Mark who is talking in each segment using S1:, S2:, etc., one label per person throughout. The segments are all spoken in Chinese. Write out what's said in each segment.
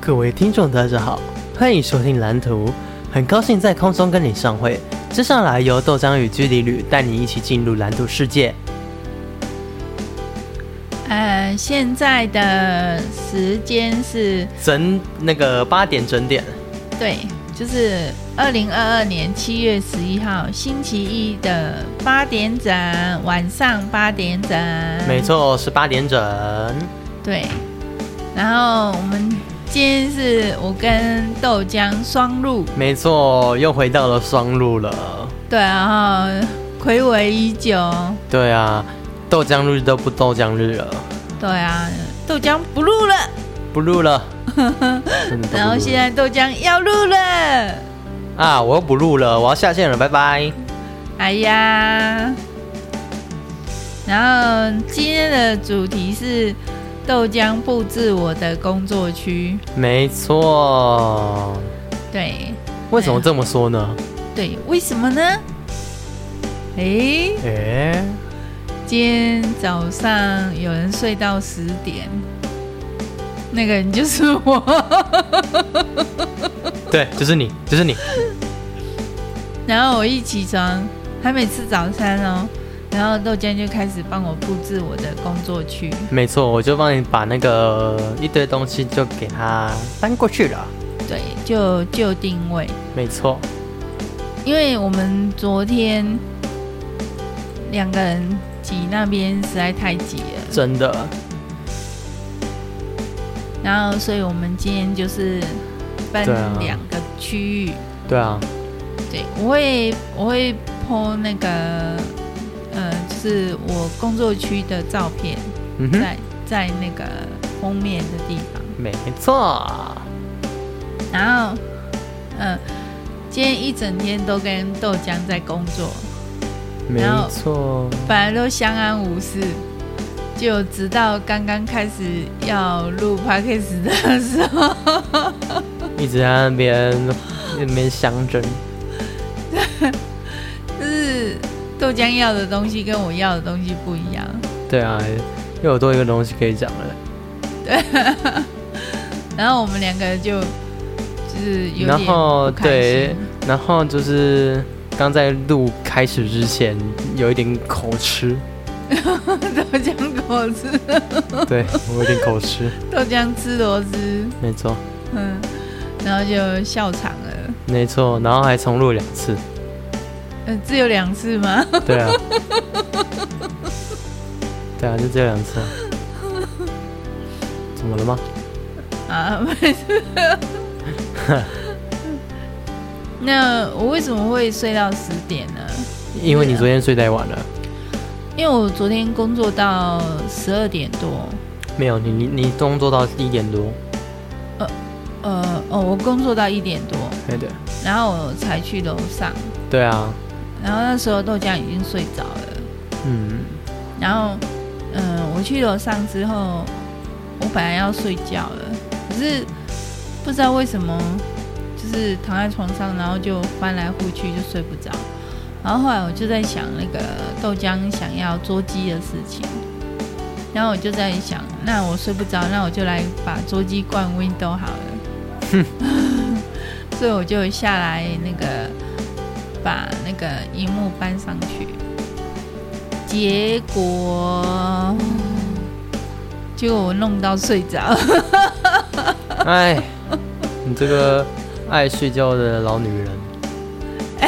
S1: 各位听众大家好，欢迎收听蓝图，很高兴在空中跟你相会。接下来由豆浆与居里旅带你一起进入蓝图世界。
S2: 呃，现在的时间是
S1: 整那个八点整点，
S2: 对，就是二零二二年七月十一号星期一的八点整，晚上八点整，
S1: 没错，是八点整。
S2: 对。然后我们今天是我跟豆浆双录，
S1: 没错，又回到了双路了。
S2: 对，然后暌违已久，
S1: 对啊，豆浆日都不豆浆日了，
S2: 对啊，豆浆不录了，
S1: 不录 了。真的都不录了
S2: 然后现在豆浆要录了，
S1: 啊，我又不录了，我要下线了，拜拜。
S2: 哎呀，然后今天的主题是豆浆布置我的工作区，
S1: 没错，
S2: 对
S1: 为什么这么说呢？
S2: 对，为什么呢？诶，
S1: 诶、
S2: 哎今天早上有人睡到十点，那个人就是我。
S1: 对，就是你，就是你。
S2: 然后我一起床，还没吃早餐哦，然后豆浆就开始帮我布置我的工作区。
S1: 没错，我就帮你把那个一堆东西就给它搬过去了。
S2: 对，就就定位，
S1: 没错，
S2: 因为我们昨天两个人挤那边实在太挤了，
S1: 真的，
S2: 然后所以我们今天就是分
S1: 对啊
S2: 两个区域。
S1: 对啊，
S2: 对，我会我会 po 那个呃，就是我工作区的照片
S1: 嗯哼，
S2: 在在那个封面的地方。
S1: 没错，
S2: 然后，嗯、今天一整天都跟豆浆在工作，
S1: 没
S2: 然后
S1: 错，
S2: 本来都相安无事，就直到刚刚开始要录 podcast 的时候，
S1: 一直在那边那边相争。
S2: 就是豆浆要的东西跟我要的东西不一样。
S1: 对啊，又有多一个东西可以讲了。
S2: 然后我们两个就就是有点
S1: 然后
S2: 不开心
S1: 对，然后就是刚在录开始之前有一点口吃，
S2: 豆浆果汁，
S1: 对我有点口吃，
S2: 豆浆吃螺丝，
S1: 没错，
S2: 嗯，然后就笑场了。
S1: 没错，然后还重录两次。
S2: 呃，只有两次吗？
S1: 对啊，对啊，就这两次啊。怎么了吗？
S2: 啊，没事。那我为什么会睡到十点呢？
S1: 因为你昨天睡太晚了。
S2: 因为我昨天工作到十二点多，
S1: 没有，你你你工作到一点多。
S2: 呃，哦，我工作到一点多，
S1: 对对。
S2: 然后我才去楼上，
S1: 对啊，
S2: 然后那时候豆浆已经睡着了，
S1: 嗯，
S2: 然后，嗯、我去楼上之后，我本来要睡觉了，可是不知道为什么，就是躺在床上，然后就翻来覆去就睡不着。然后后来我就在想那个豆浆想要捉鸡的事情，然后我就在想，那我睡不着，那我就来把捉鸡灌 window 好了。 所以我就下来那个把那个荧幕搬上去，结果结果我弄到睡着。
S1: 哎，你这个爱睡觉的老女人，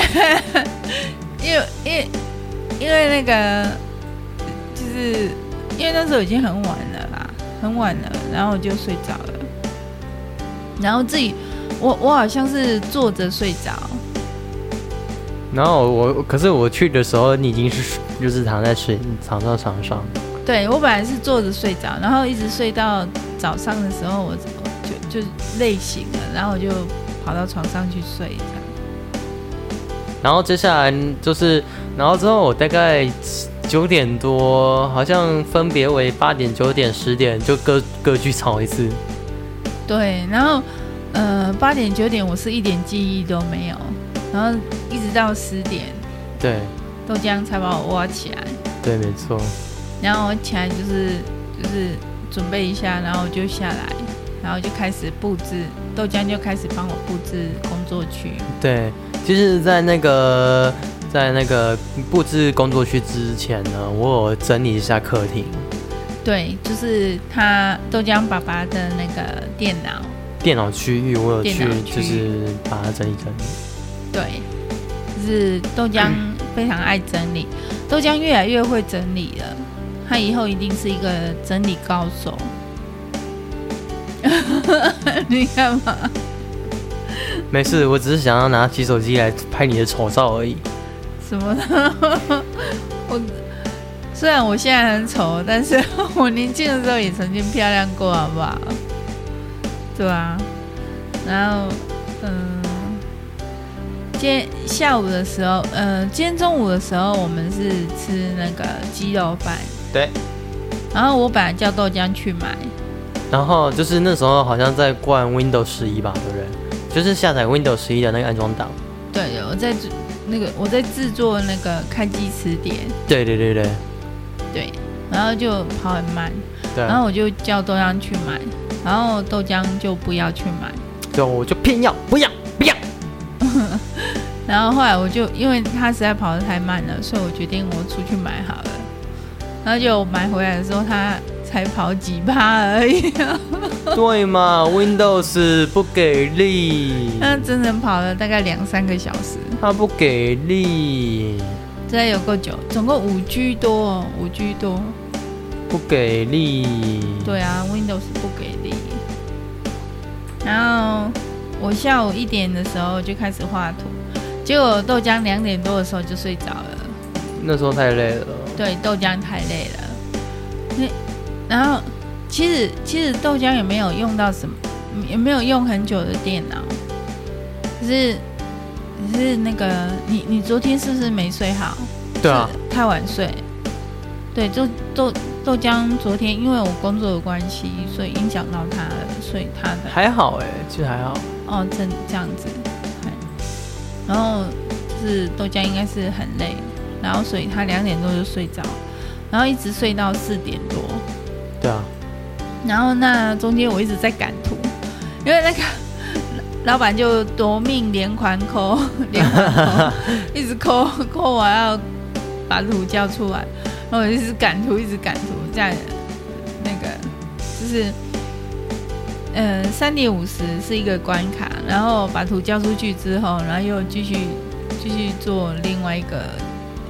S2: 因为因为因为那个就是因为那时候已经很晚了啦，很晚了，然后我就睡着了，然后自己我我好像是坐着睡着，
S1: 然后我我可是我去的时候，你已经是就是躺在睡躺到床上，
S2: 对我本来是坐着睡着，然后一直睡到早上的时候，我我就就累醒了，然后我就跑到床上去睡这样。
S1: 然后接下来就是，然后之后我大概九点多，好像分别为八点、九点、十点，就各各去吵一次。
S2: 对，然后呃八点九点我是一点记忆都没有，然后一直到十点
S1: 对，
S2: 豆浆才把我挖起来。
S1: 对，没错，
S2: 然后我起来就是就是准备一下，然后我就下来，然后就开始布置，豆浆就开始帮我布置工作区。
S1: 对，其实，在那个在那个布置工作区之前呢，我有整理一下客厅、
S2: 对，就是他豆浆爸爸的那个电脑，
S1: 电脑区域，我有去
S2: 电脑区域
S1: 就是把它整理整理。
S2: 对，就是豆浆非常爱整理，豆浆越来越会整理了，他以后一定是一个整理高手。 你干嘛？
S1: 没事，我只是想要拿起手机来拍你的丑照而已。
S2: 什么呢？ 我虽然我现在很丑，但是 我年轻的时候也曾经漂亮过，好不好？对啊，然后嗯，今天下午的时候，嗯，今天中午的时候，我们是吃那个鸡肉饭，
S1: 对。
S2: 然后我本来叫豆浆去买，
S1: 然后就是那时候好像在灌 Windows 十一吧，对不对？就是下载 Windows 十一的那个安装档。
S2: 对，我在制那个我在制作那个开机词典，
S1: 对对对对
S2: 对，然后就跑很慢，
S1: 对。
S2: 然后我就叫豆浆去买，然后豆浆就不要去买。
S1: 就我就偏要不要不要。
S2: 然后后来我就因为他实在跑得太慢了，所以我决定我出去买好了。然后就买回来的时候，他才跑几趴而已，
S1: 对嘛，Windows 不给力，
S2: 他整整跑了大概两三个小时，
S1: 它不给力，
S2: 真的有够久，总共五 G 多哦，五 G 多。
S1: 不给力。
S2: 对啊，Windows 不给力。然后我下午一点的时候就开始画图，结果豆浆两点多的时候就睡着了。
S1: 那时候太累了。
S2: 对，豆浆太累了。那然后其实其实豆浆也没有用到什么，也没有用很久的电脑，只是只是那个你你昨天是不是没睡好？
S1: 对啊，
S2: 是太晚睡。对，就豆豆浆昨天因为我工作的关系，所以影响到他了，所以他的
S1: 还好哎、其实还好。
S2: 哦，这这样子，对然后就是豆浆应该是很累，然后所以他两点多就睡着，然后一直睡到四点多，
S1: 对啊，
S2: 然后那中间我一直在赶图，因为那个 老板就夺命连环抠， 连环抠，一直抠抠完要把图交出来，然后我就一直赶图，一直赶图，在那个就是。呃，三点五十是一个关卡，然后把图交出去之后，然后又继续继续做另外一个，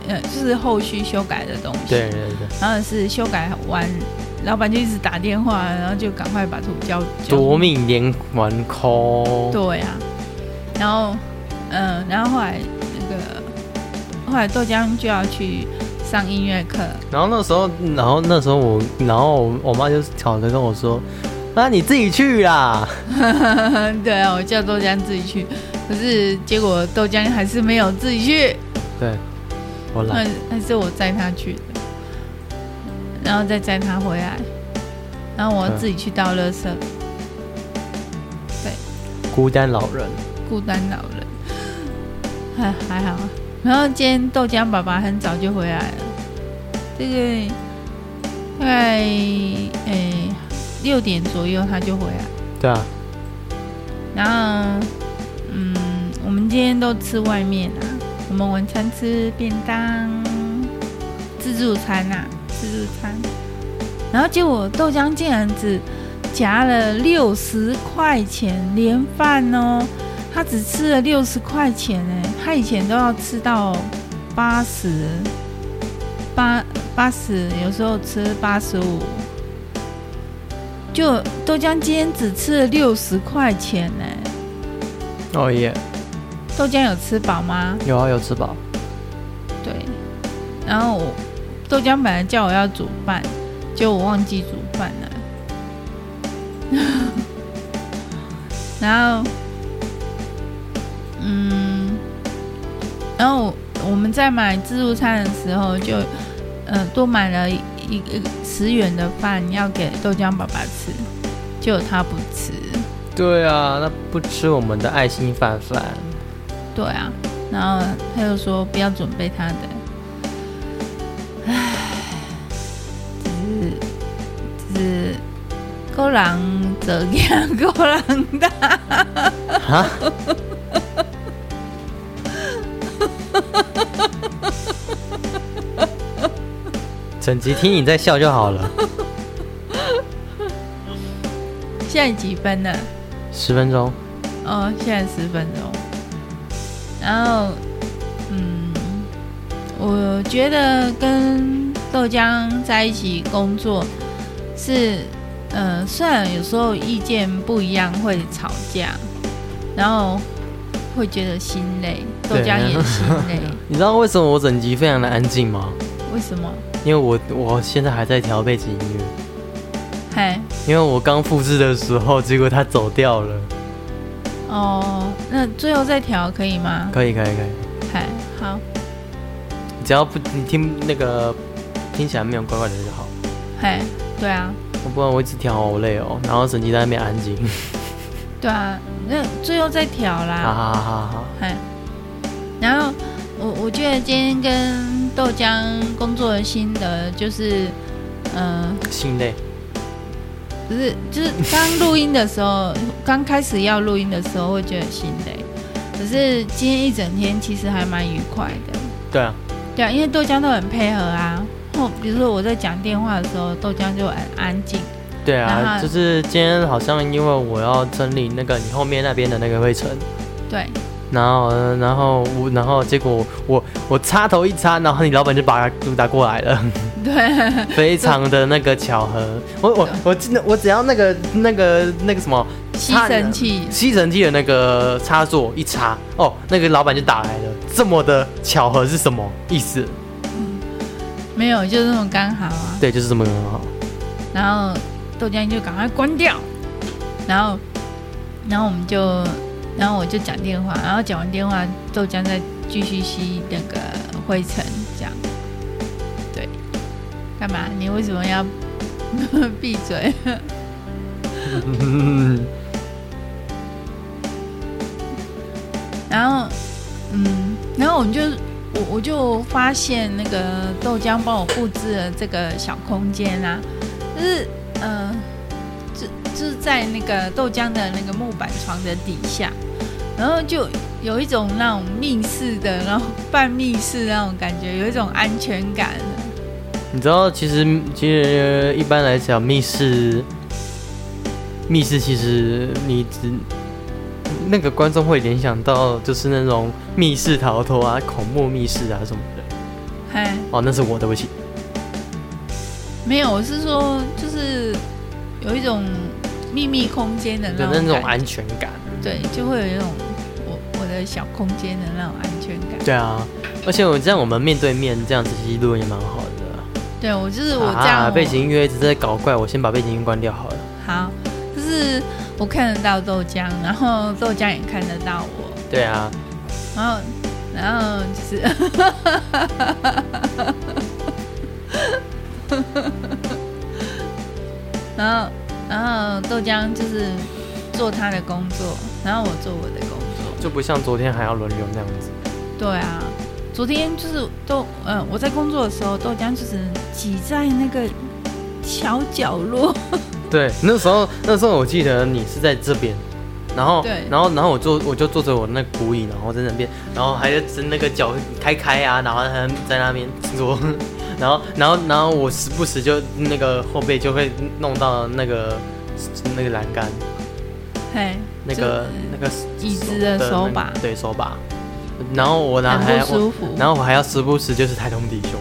S2: 呃，就是后续修改的东西。
S1: 对对对，
S2: 然后是修改完，老板就一直打电话，然后就赶快把图交交
S1: 夺。命连环 call。
S2: 对呀、然后嗯、呃然后后来那个后来豆浆就要去上音乐课，
S1: 然后那时候，然后那时候我，然后我我妈就吵着跟我说：“那、你自己去啦。
S2: 对啊，我叫豆浆自己去，可是结果豆浆还是没有自己去，”
S1: 对，我
S2: 那
S1: 懒。
S2: 还是我载他去的，然后再载他回来，然后我
S1: 嗯
S2: 自己去倒垃圾，
S1: 孤单老人。
S2: 孤单老人，还还好啊。然后今天豆浆爸爸很早就回来了，这个大概诶六点左右他就回来，
S1: 对啊，
S2: 然后嗯，我们今天都吃外面啊，我们晚餐吃便当，自助餐啊，自助餐。然后结果豆浆竟然只夹了六十块钱连饭哦，他只吃了六十块钱哎，他以前都要吃到八十八八十，有时候吃八十五。就豆浆今天只吃了六十块钱呢，
S1: 哦耶，
S2: 豆浆有吃饱吗？
S1: 有啊有吃饱。
S2: 对，然后我豆浆本来叫我要煮饭，结果我忘记煮饭了。 然后，嗯，然后我我们在买自助餐的时候就，呃，多买了一一个十元的饭要给豆浆爸爸吃，结果他不吃。
S1: 对啊，那不吃我们的爱心饭饭。
S2: 对啊，然后他又说不要准备他的，唉，只是只是，个人就蛇惊过人大，
S1: 啊？整集听你在笑就好了，
S2: 现在几分了？
S1: 十分钟。
S2: 哦，现在十分钟。然后，嗯，我觉得跟豆浆在一起工作是，呃，虽然有时候意见不一样会吵架，然后会觉得心累，豆
S1: 对
S2: 浆也心累。
S1: 你知道为什么我整集非常的安静吗？
S2: 为什么？
S1: 因为我我现在还在调背景音乐，
S2: 嗨，
S1: 因为我刚复制的时候，结果他走掉了。
S2: 哦，那最后再调可以吗？
S1: 可以可以可以，
S2: 嗨，好，
S1: 只要不你听那个听起来没有怪怪的就好。
S2: 嗨，对啊，
S1: 不然我一直调好累哦，然后整集在那边安静。
S2: 对啊，那最后再调啦。
S1: 哈哈哈哈！
S2: 嗨，然后我我觉得今天跟豆浆工作的心得就是，嗯、
S1: 心累。
S2: 不是，就是刚录音的时候，刚开始要录音的时候会觉得心累，可是今天一整天其实还蛮愉快的。
S1: 对啊，
S2: 对啊，因为豆浆都很配合啊。或比如说我在讲电话的时候，豆浆就很安静。
S1: 对
S2: 然
S1: 啊，
S2: 后
S1: 就是今天好像因为我要整理那个你后面那边的那个灰尘，
S2: 对，
S1: 然后然后我然后结果我我插头一插，然后你老板就把他打过来了，
S2: 对，
S1: 非常的那个巧合。我我我真的我只要那个那个那个什么
S2: 吸尘器，
S1: 吸尘器的那个插座一插，哦，那个老板就打来了，这么的巧合是什么意思？
S2: 没有，就那种刚好啊。
S1: 对，就是这么很好。
S2: 然后豆浆就赶快关掉，然后，然后我们就，然后我就讲电话，然后讲完电话，豆浆再继续吸那个灰尘，这样，对，干嘛？你为什么要 闭嘴？然后，嗯，然后我们就，我我就发现那个豆浆帮我布置了这个小空间啊，就是，呃，就就是在那个豆浆的那个木板床的底下，然后就有一种那种密室的，然后半密室那种感觉，有一种安全感了。
S1: 你知道，其实其实一般来讲，密室密室其实你只那个观众会联想到就是那种密室逃脱啊、恐怖密室啊什么的。
S2: 嗨，
S1: 哦，那是我，对不起。
S2: 哎没有，我是说就是有一种秘密空间的
S1: 对，
S2: 那种
S1: 那种
S2: 感觉
S1: 安全感。
S2: 对，就会有一种我我的小空间的那种安全感。
S1: 对啊，而且我这样我们面对面这样子其实录音也蛮好的。
S2: 对我就是我这样、
S1: 啊，
S2: 我
S1: 背景音乐一直在搞怪，我先把背景音乐关掉好了。
S2: 好，就是我看得到豆浆，然后豆浆也看得到我，
S1: 对啊，
S2: 然后然后就是， 然后然后豆浆就是做他的工作，然后我做我的工作。
S1: 就不像昨天还要轮流那样子。
S2: 对啊，昨天就是豆，呃，我在工作的时候，豆浆就是挤在那个小角落，
S1: 对，那时候那时候我记得你是在这边，然后
S2: 对
S1: 然后然后我坐我就坐着我那古椅，然后在那边，然后还在那个脚开开啊，然后还在那边坐， 然后然后然后我时不时就那个后背就会弄到那个那个栏杆，
S2: 嘿，
S1: 那个那个
S2: 椅子的手把
S1: 那个对手把，然后我
S2: 就
S1: 呢还
S2: 很不
S1: 我
S2: 舒服。
S1: 然后我还要时不时就是抬头挺胸。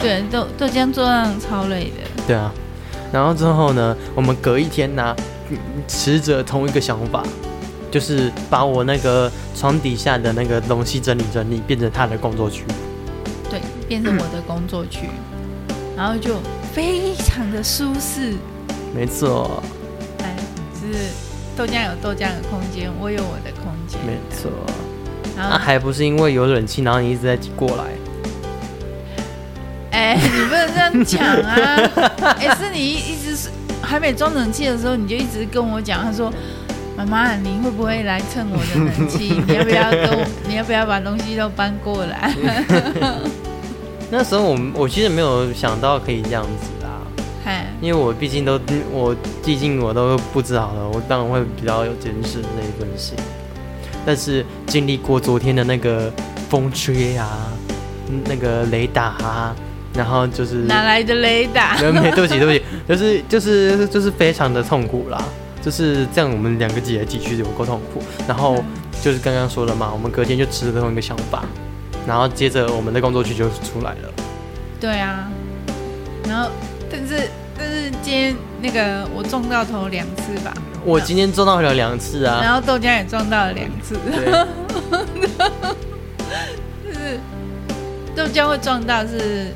S2: 对，豆豆浆做让超累的，
S1: 对啊，然后之后呢，我们隔一天呢、嗯持着同一个想法，就是把我那个床底下的那个东西整理整理，变成他的工作区。
S2: 对，变成我的工作区，然后就非常的舒适。
S1: 没错，
S2: 哎，就是豆浆有豆浆的空间，我有我的空间，
S1: 没错。
S2: 然
S1: 那、
S2: 后
S1: 还不是因为有冷气，然后你一直在过来。
S2: 哎、你不能这样讲啊！哎、是你一一直是还没装冷气的时候，你就一直跟我讲，他说：“妈妈，你会不会来蹭我的冷气？你要不要跟我？你要不要把东西都搬过来
S1: 那时候我们我其实没有想到可以这样子啦，？”啊
S2: 嗨，
S1: 因为我毕竟都我毕竟我都布置好了，我当然会比较有坚持那一份心。但是经历过昨天的那个风吹啊，那个雷打啊，然后就是
S2: 哪来的雷达？
S1: 没没，对不起，对不起，就是就是就是非常的痛苦啦，就是这样，我们两个挤来挤去有够痛苦。然后就是刚刚说了嘛，我们隔天就持同一个想法，然后接着我们的工作区就出来了。
S2: 对啊，然后但是但是今天那个我中到头两次吧，
S1: 我今天做到了两次啊，
S2: 然后豆浆也撞到了两次，
S1: 对，
S2: 就是豆浆会撞到是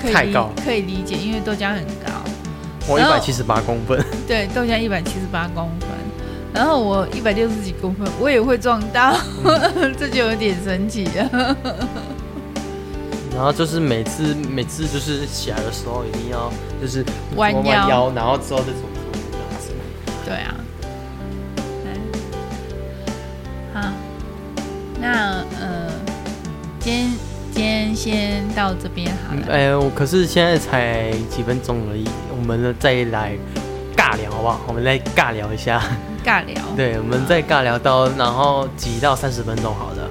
S2: 可以
S1: 太
S2: 理
S1: 高
S2: 可以理解，因为豆浆很高，
S1: 我一
S2: 然后
S1: 百七十八公分，
S2: 对，豆浆一百七十八公分，然后我一百六十几公分，我也会撞到， 这就有点神奇了。
S1: 然后就是每次每次就是起来的时候一定要就是
S2: 弯腰
S1: 弯腰，然后之后再走出去这样子。
S2: 对啊，哎好，那呃，今天今天先到这边好
S1: 嗯
S2: 了。
S1: 哎、我可是现在才几分钟而已，我们再来尬聊好不好？我们来尬聊一下，
S2: 尬聊。
S1: 对，我们再尬聊到然后挤到三十分钟好了。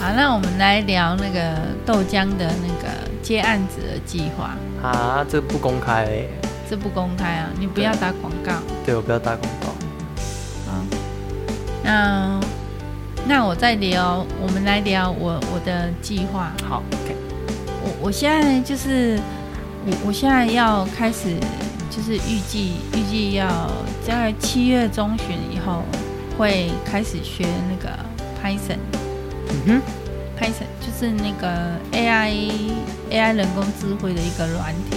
S2: 好，那我们来聊那个豆浆的那个接案子的计划，
S1: 啊，这不公开、欸，
S2: 这不公开啊，你不要打广告
S1: 对我不要打广告。
S2: 啊。那那我再聊，我们来聊我我的计划。
S1: 好，OK，
S2: 我我现在就是我我现在要开始，就是预计预计要在七月中旬以后会开始学那个 Python。
S1: 嗯
S2: Python 就是那个 AI AI 人工智慧的一个软体，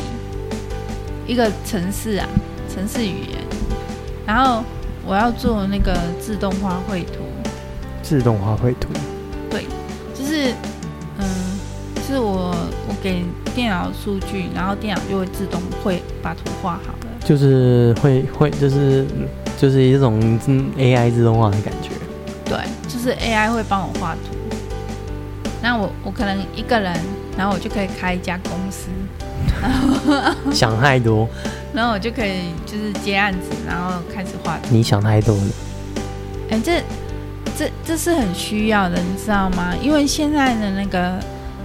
S2: 一个程式啊，程式语言。然后我要做那个自动化绘图，
S1: 哼，自动化绘图，
S2: 就是嗯，就是我我给电脑数据，然后电脑就会自动会把图画好了。
S1: 就是会会就是就是一种嗯 AI 自动化的感觉。
S2: 对，就是 AI 会帮我画图。那我我可能一个人，然后我就可以开一家公司，嗯
S1: 想太多，
S2: 然后我就可以就是接案子，然后开始画图。
S1: 你想太多了。
S2: 哎、这这这是很需要的，你知道吗？因为现在的那个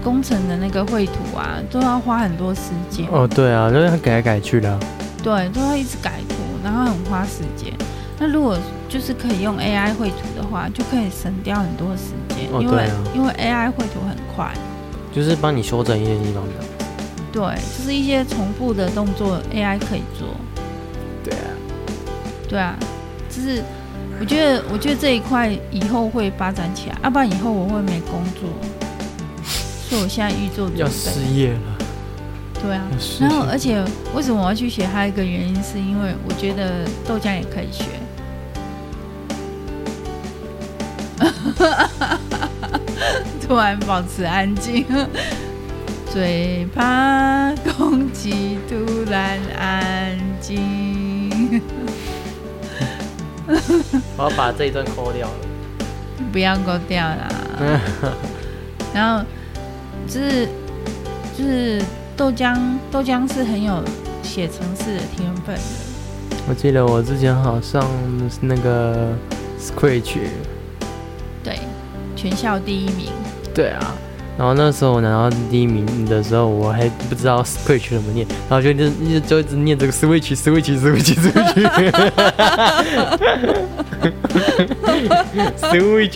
S2: 工程的那个绘图啊，都要花很多时间，
S1: 哦，对啊，就是改来改去的啊、
S2: 对，都要一直改图，然后很花时间。那如果就是可以用 AI 绘图的话，就可以省掉很多时间，
S1: 哦
S2: 因为、
S1: 对啊
S2: 因为 AI 绘图很快，
S1: 就是帮你修整一些地方的。
S2: 对，就是一些重复的动作 AI 可以做，
S1: 对啊。
S2: 对啊，就是我觉得我觉得这一块以后会发展起来，要、啊不然以后我会没工作，所以我现在预做准备。
S1: 要失业了，
S2: 对啊，
S1: 要失业
S2: 然后而且为什么我要去学？还有一个原因是因为我觉得豆浆也可以学。 突然保持安静， 嘴巴攻击，突然安静。
S1: 我要把这一段抠掉了。
S2: 不要勾掉啦。然后就是就是豆浆，豆浆是很有写程式的天分的。
S1: 我记得我之前好像那个 Scratch，
S2: 对，全校第一名。
S1: 对啊，然后那时候我拿到第一名的时候，我还不知道 Scratch 怎么念，然后就一直一直就一直念这个 Switch Switch Switch Switch Switch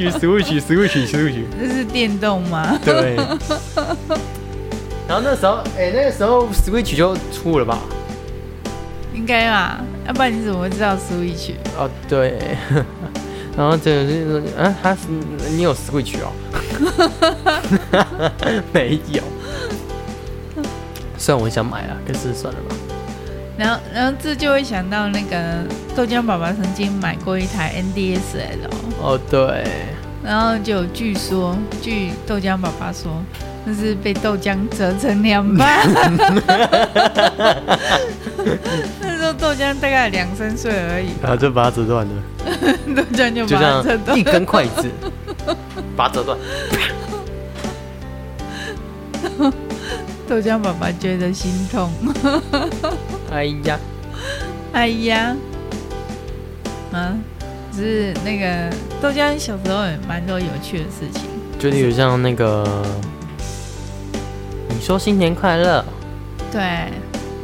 S1: Switch Switch Switch，
S2: 这是电动吗？
S1: 对。 然后那时候，哎、那个时候 Switch 就出了吧？
S2: 应该吧，要不然你怎么会知道 Switch？
S1: 哦，对。 然后这个就是说，啊，他是你有 Switch 哦？没有。虽然我很想买啊，可是算了吧。
S2: 然后然后这就会想到那个豆浆爸爸曾经买过一台 NDSL，哦
S1: 哦，对，
S2: 然后就据说据豆浆爸爸说。那是被豆浆折成两半。 那时候豆浆大概两三岁而已，
S1: 然后啊就把它折断了，
S2: 豆浆就
S1: 就
S2: 把它折
S1: 像
S2: 断
S1: 一。根筷 子，把它折断。
S2: 豆浆爸爸觉得心痛。
S1: 哎呀，
S2: 哎呀，啊，只是那个豆浆小时候也蛮多有趣的事情。
S1: 就例如像那个，你说新年快乐，
S2: 对，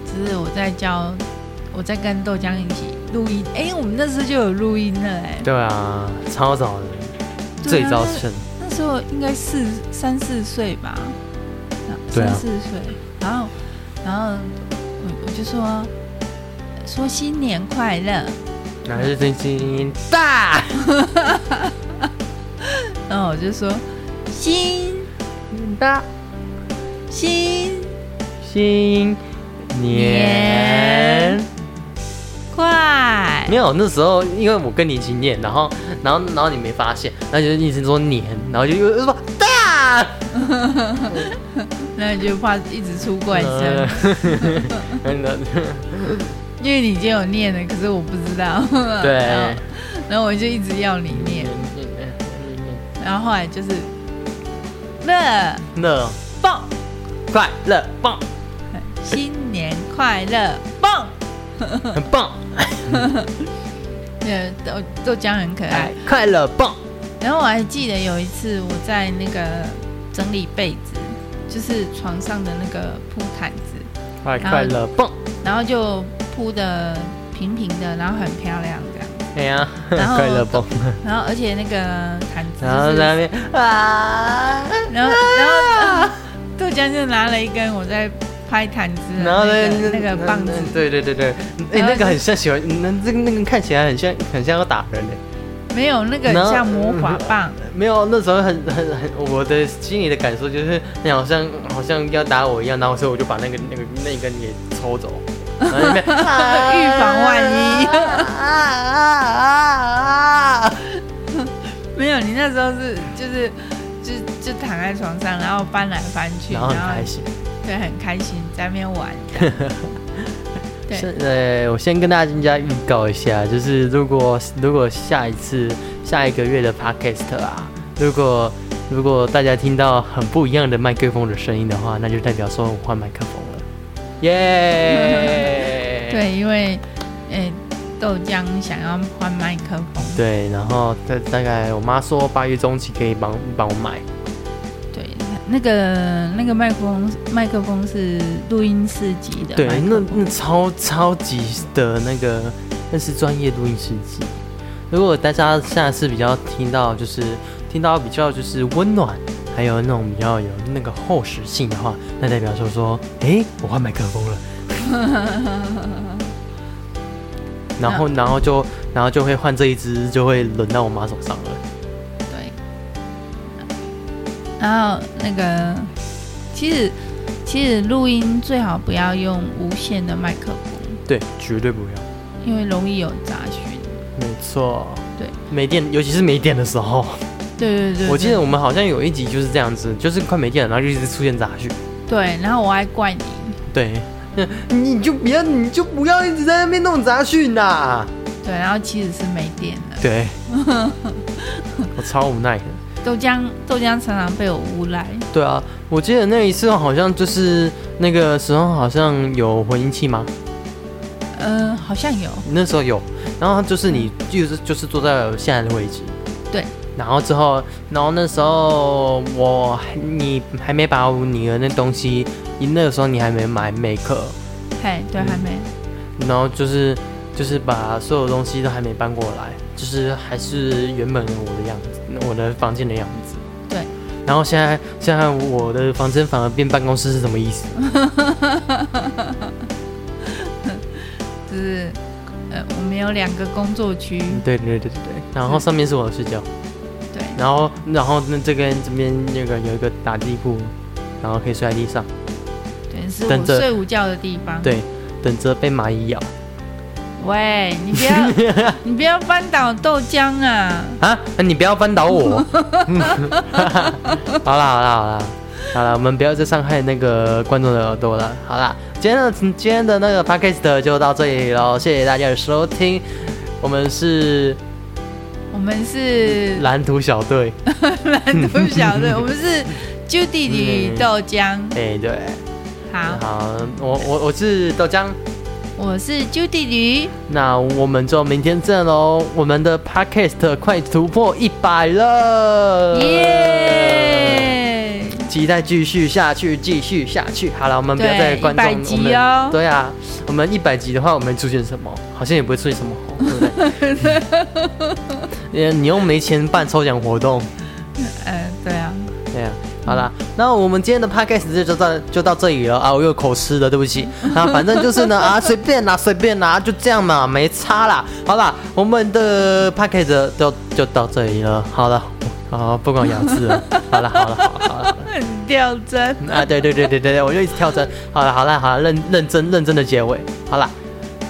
S2: 只是我在教，我在跟豆浆一起录音。哎、我们那时候就有录音了、哎，
S1: 对啊，超早的，最
S2: 对啊
S1: 早生，
S2: 那时候应该四三四岁吧，那
S1: 对啊
S2: 三四岁。然后，然后我我就说说新年快乐，
S1: 哪是真心大？
S2: 然后我就说新
S1: 大
S2: 新
S1: 新年
S2: 年。快
S1: 没有，那时候因为我跟你一起念，然后，然后，然后你没发现，然后就一直说年，然后就又又说大，
S2: 那你就怕一直出怪
S1: 嗯
S2: 声，
S1: 真的，
S2: 因为你已经有念了，可是我不知道。
S1: 对，
S2: 然后， 然后我就一直要你念，然后后来就是乐
S1: 乐
S2: 蹦，
S1: 快乐棒，
S2: 新年快乐蹦。
S1: 很棒，嗯
S2: 呃，豆豆浆很可爱
S1: 哎。，快乐棒，
S2: 然后我还记得有一次我在那个整理被子，就是床上的那个铺毯子，
S1: 快快乐棒，
S2: 然后就铺的平平的，然后很漂亮这样。
S1: 哎呀，
S2: 然后
S1: 快乐棒，
S2: 然后而且那个毯子、就是，
S1: 然后在那边啊，
S2: 然后然后嗯豆浆就拿了一根我在拍毯子的
S1: 然后
S2: 那
S1: 呢嗯
S2: 个那个棒子，
S1: 对对对对，哎，那个很像喜欢，那这个那个看起来很像很像要打人的。
S2: 没有那个
S1: 然后
S2: 像魔法棒，
S1: 没有，那时候很很很，我的心里的感受就是，你好像好像要打我一样，然后所以我就把那个那个那一根给抽走，然后那 边
S2: 预防万一
S1: 嗯
S2: 没有，你那时候是就是就就躺在床上，然后翻来翻 去，
S1: 然后很开心。
S2: 对，很开心，在那边 玩。这样对、
S1: 是呃，我先跟大家预告一下，就是如果如果下一次下一个月的 podcast 啊，如果如果大家听到很不一样的麦克风的声音的话，那就代表说我换麦克风了，耶
S2: 对，因为诶、豆浆想要换麦克风，
S1: 对，然后大大概我妈说八月中期可以帮帮我买，
S2: 对，那个那个麦克风麦克风是录音室级的
S1: 对
S2: 麦，克
S1: 那
S2: 风，
S1: 那超超级的那个那是专业录音师机。如果大家下次比较听到就是听到比较就是温暖，还有那种比较有那个厚实性的话，那代表说说，诶，我换麦克风 了。然后，然后就，然后就会换这一只，就会轮到我妈手上了。
S2: 对。然后那个，其实其实录音最好不要用无线的麦克风，
S1: 对，绝对不要。
S2: 因为容易有杂讯。
S1: 没错，
S2: 对，
S1: 没电，尤其是没电的时候，
S2: 对对对
S1: 我记
S2: 对
S1: 得我们好像有一集就是这样子，就是快没电了，然后就一直出现杂讯。
S2: 对，然后我还怪你，
S1: 对，那你就不要，你就不要一直在那边弄杂讯呐、
S2: 对，然后其实是没电了。
S1: 对，我超无奈的。
S2: 豆浆豆浆常常被我诬赖，
S1: 对啊，我记得那一次好像就是那个时候好像有混音器吗？
S2: 嗯、好像有，
S1: 那时候有，然后就是你就是就是坐在我现在的位置，
S2: 对，
S1: 然后之后，然后那时候我你还没把你的那东西，你那个时候你还没买 Maker，
S2: 嘿，对，还没，
S1: 然后就是就是把所有东西都还没搬过来，就是还是原本我的样子，我的房间的样子，
S2: 对，
S1: 然后现在现在我的房间反而变办公室是什么意思？嗯
S2: 就是呃，我们有两个工作区，
S1: 对对对嗯对对，然后上面是我的睡觉。
S2: 对，
S1: 然后，然后那这边这边那个有一个打地铺，然后可以睡在地上，
S2: 对，是
S1: 等
S2: 我
S1: 着
S2: 睡午觉的地方。
S1: 对，等着被蚂蚁咬
S2: 喂，你不要 你不要翻倒豆浆啊！
S1: 啊！你不要扳倒我。 好啦好啦好啦好啦，我们不要再伤害那个观众的耳朵了。好啦，今天的今天的那个 podcast 就到这里喽，谢谢大家的收听。我们是
S2: 我们是
S1: 蓝图小队，
S2: 蓝图小队，我们是 Judy 与豆浆。
S1: 哎、对，
S2: 好，
S1: 好，我我我是豆浆，
S2: 我是 Judy 驴，
S1: 那我们就明天见喽。我们的 Podcast 快突破一百了，
S2: 耶、
S1: 期待继续下去，继续下去。好了，我们不要
S2: 对
S1: 再观众，
S2: 100集
S1: 我们
S2: 哦
S1: 对啊，我们一百集的话，我们出现什么？好像也不会出现什么，对不对？ 嗯你又没钱办抽奖活动，
S2: 呃，对啊，
S1: 对啊。好啦，那我们今天的 podcast 就就到就到这里了啊！我又有口吃了，对不起。那反正就是呢啊，随便啦，随便啦，就这样嘛，没差啦。好啦，我们的 podcast 就就到这里了。好了，好，不管咬字了。好了，好了，好了，好了。
S2: 很掉针，
S1: 啊，对对对对对对，我就一直跳针。好了好了好了，认认真认真的结尾。好了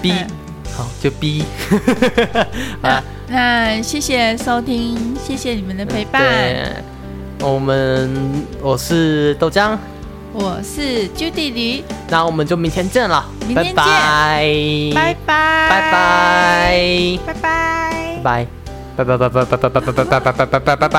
S1: ，B，、
S2: 嗯
S1: 好就 B。好了，
S2: 那谢谢收听，谢谢你们的陪伴，
S1: 对。我们我是豆浆，
S2: 我是 Judy 驴，
S1: 那我们就明天见了，
S2: 明
S1: 拜
S2: 天见
S1: 拜，
S2: 拜拜，
S1: 嗯拜拜，
S2: 拜拜
S1: 拜拜，拜拜拜拜拜拜拜拜拜拜拜拜拜拜。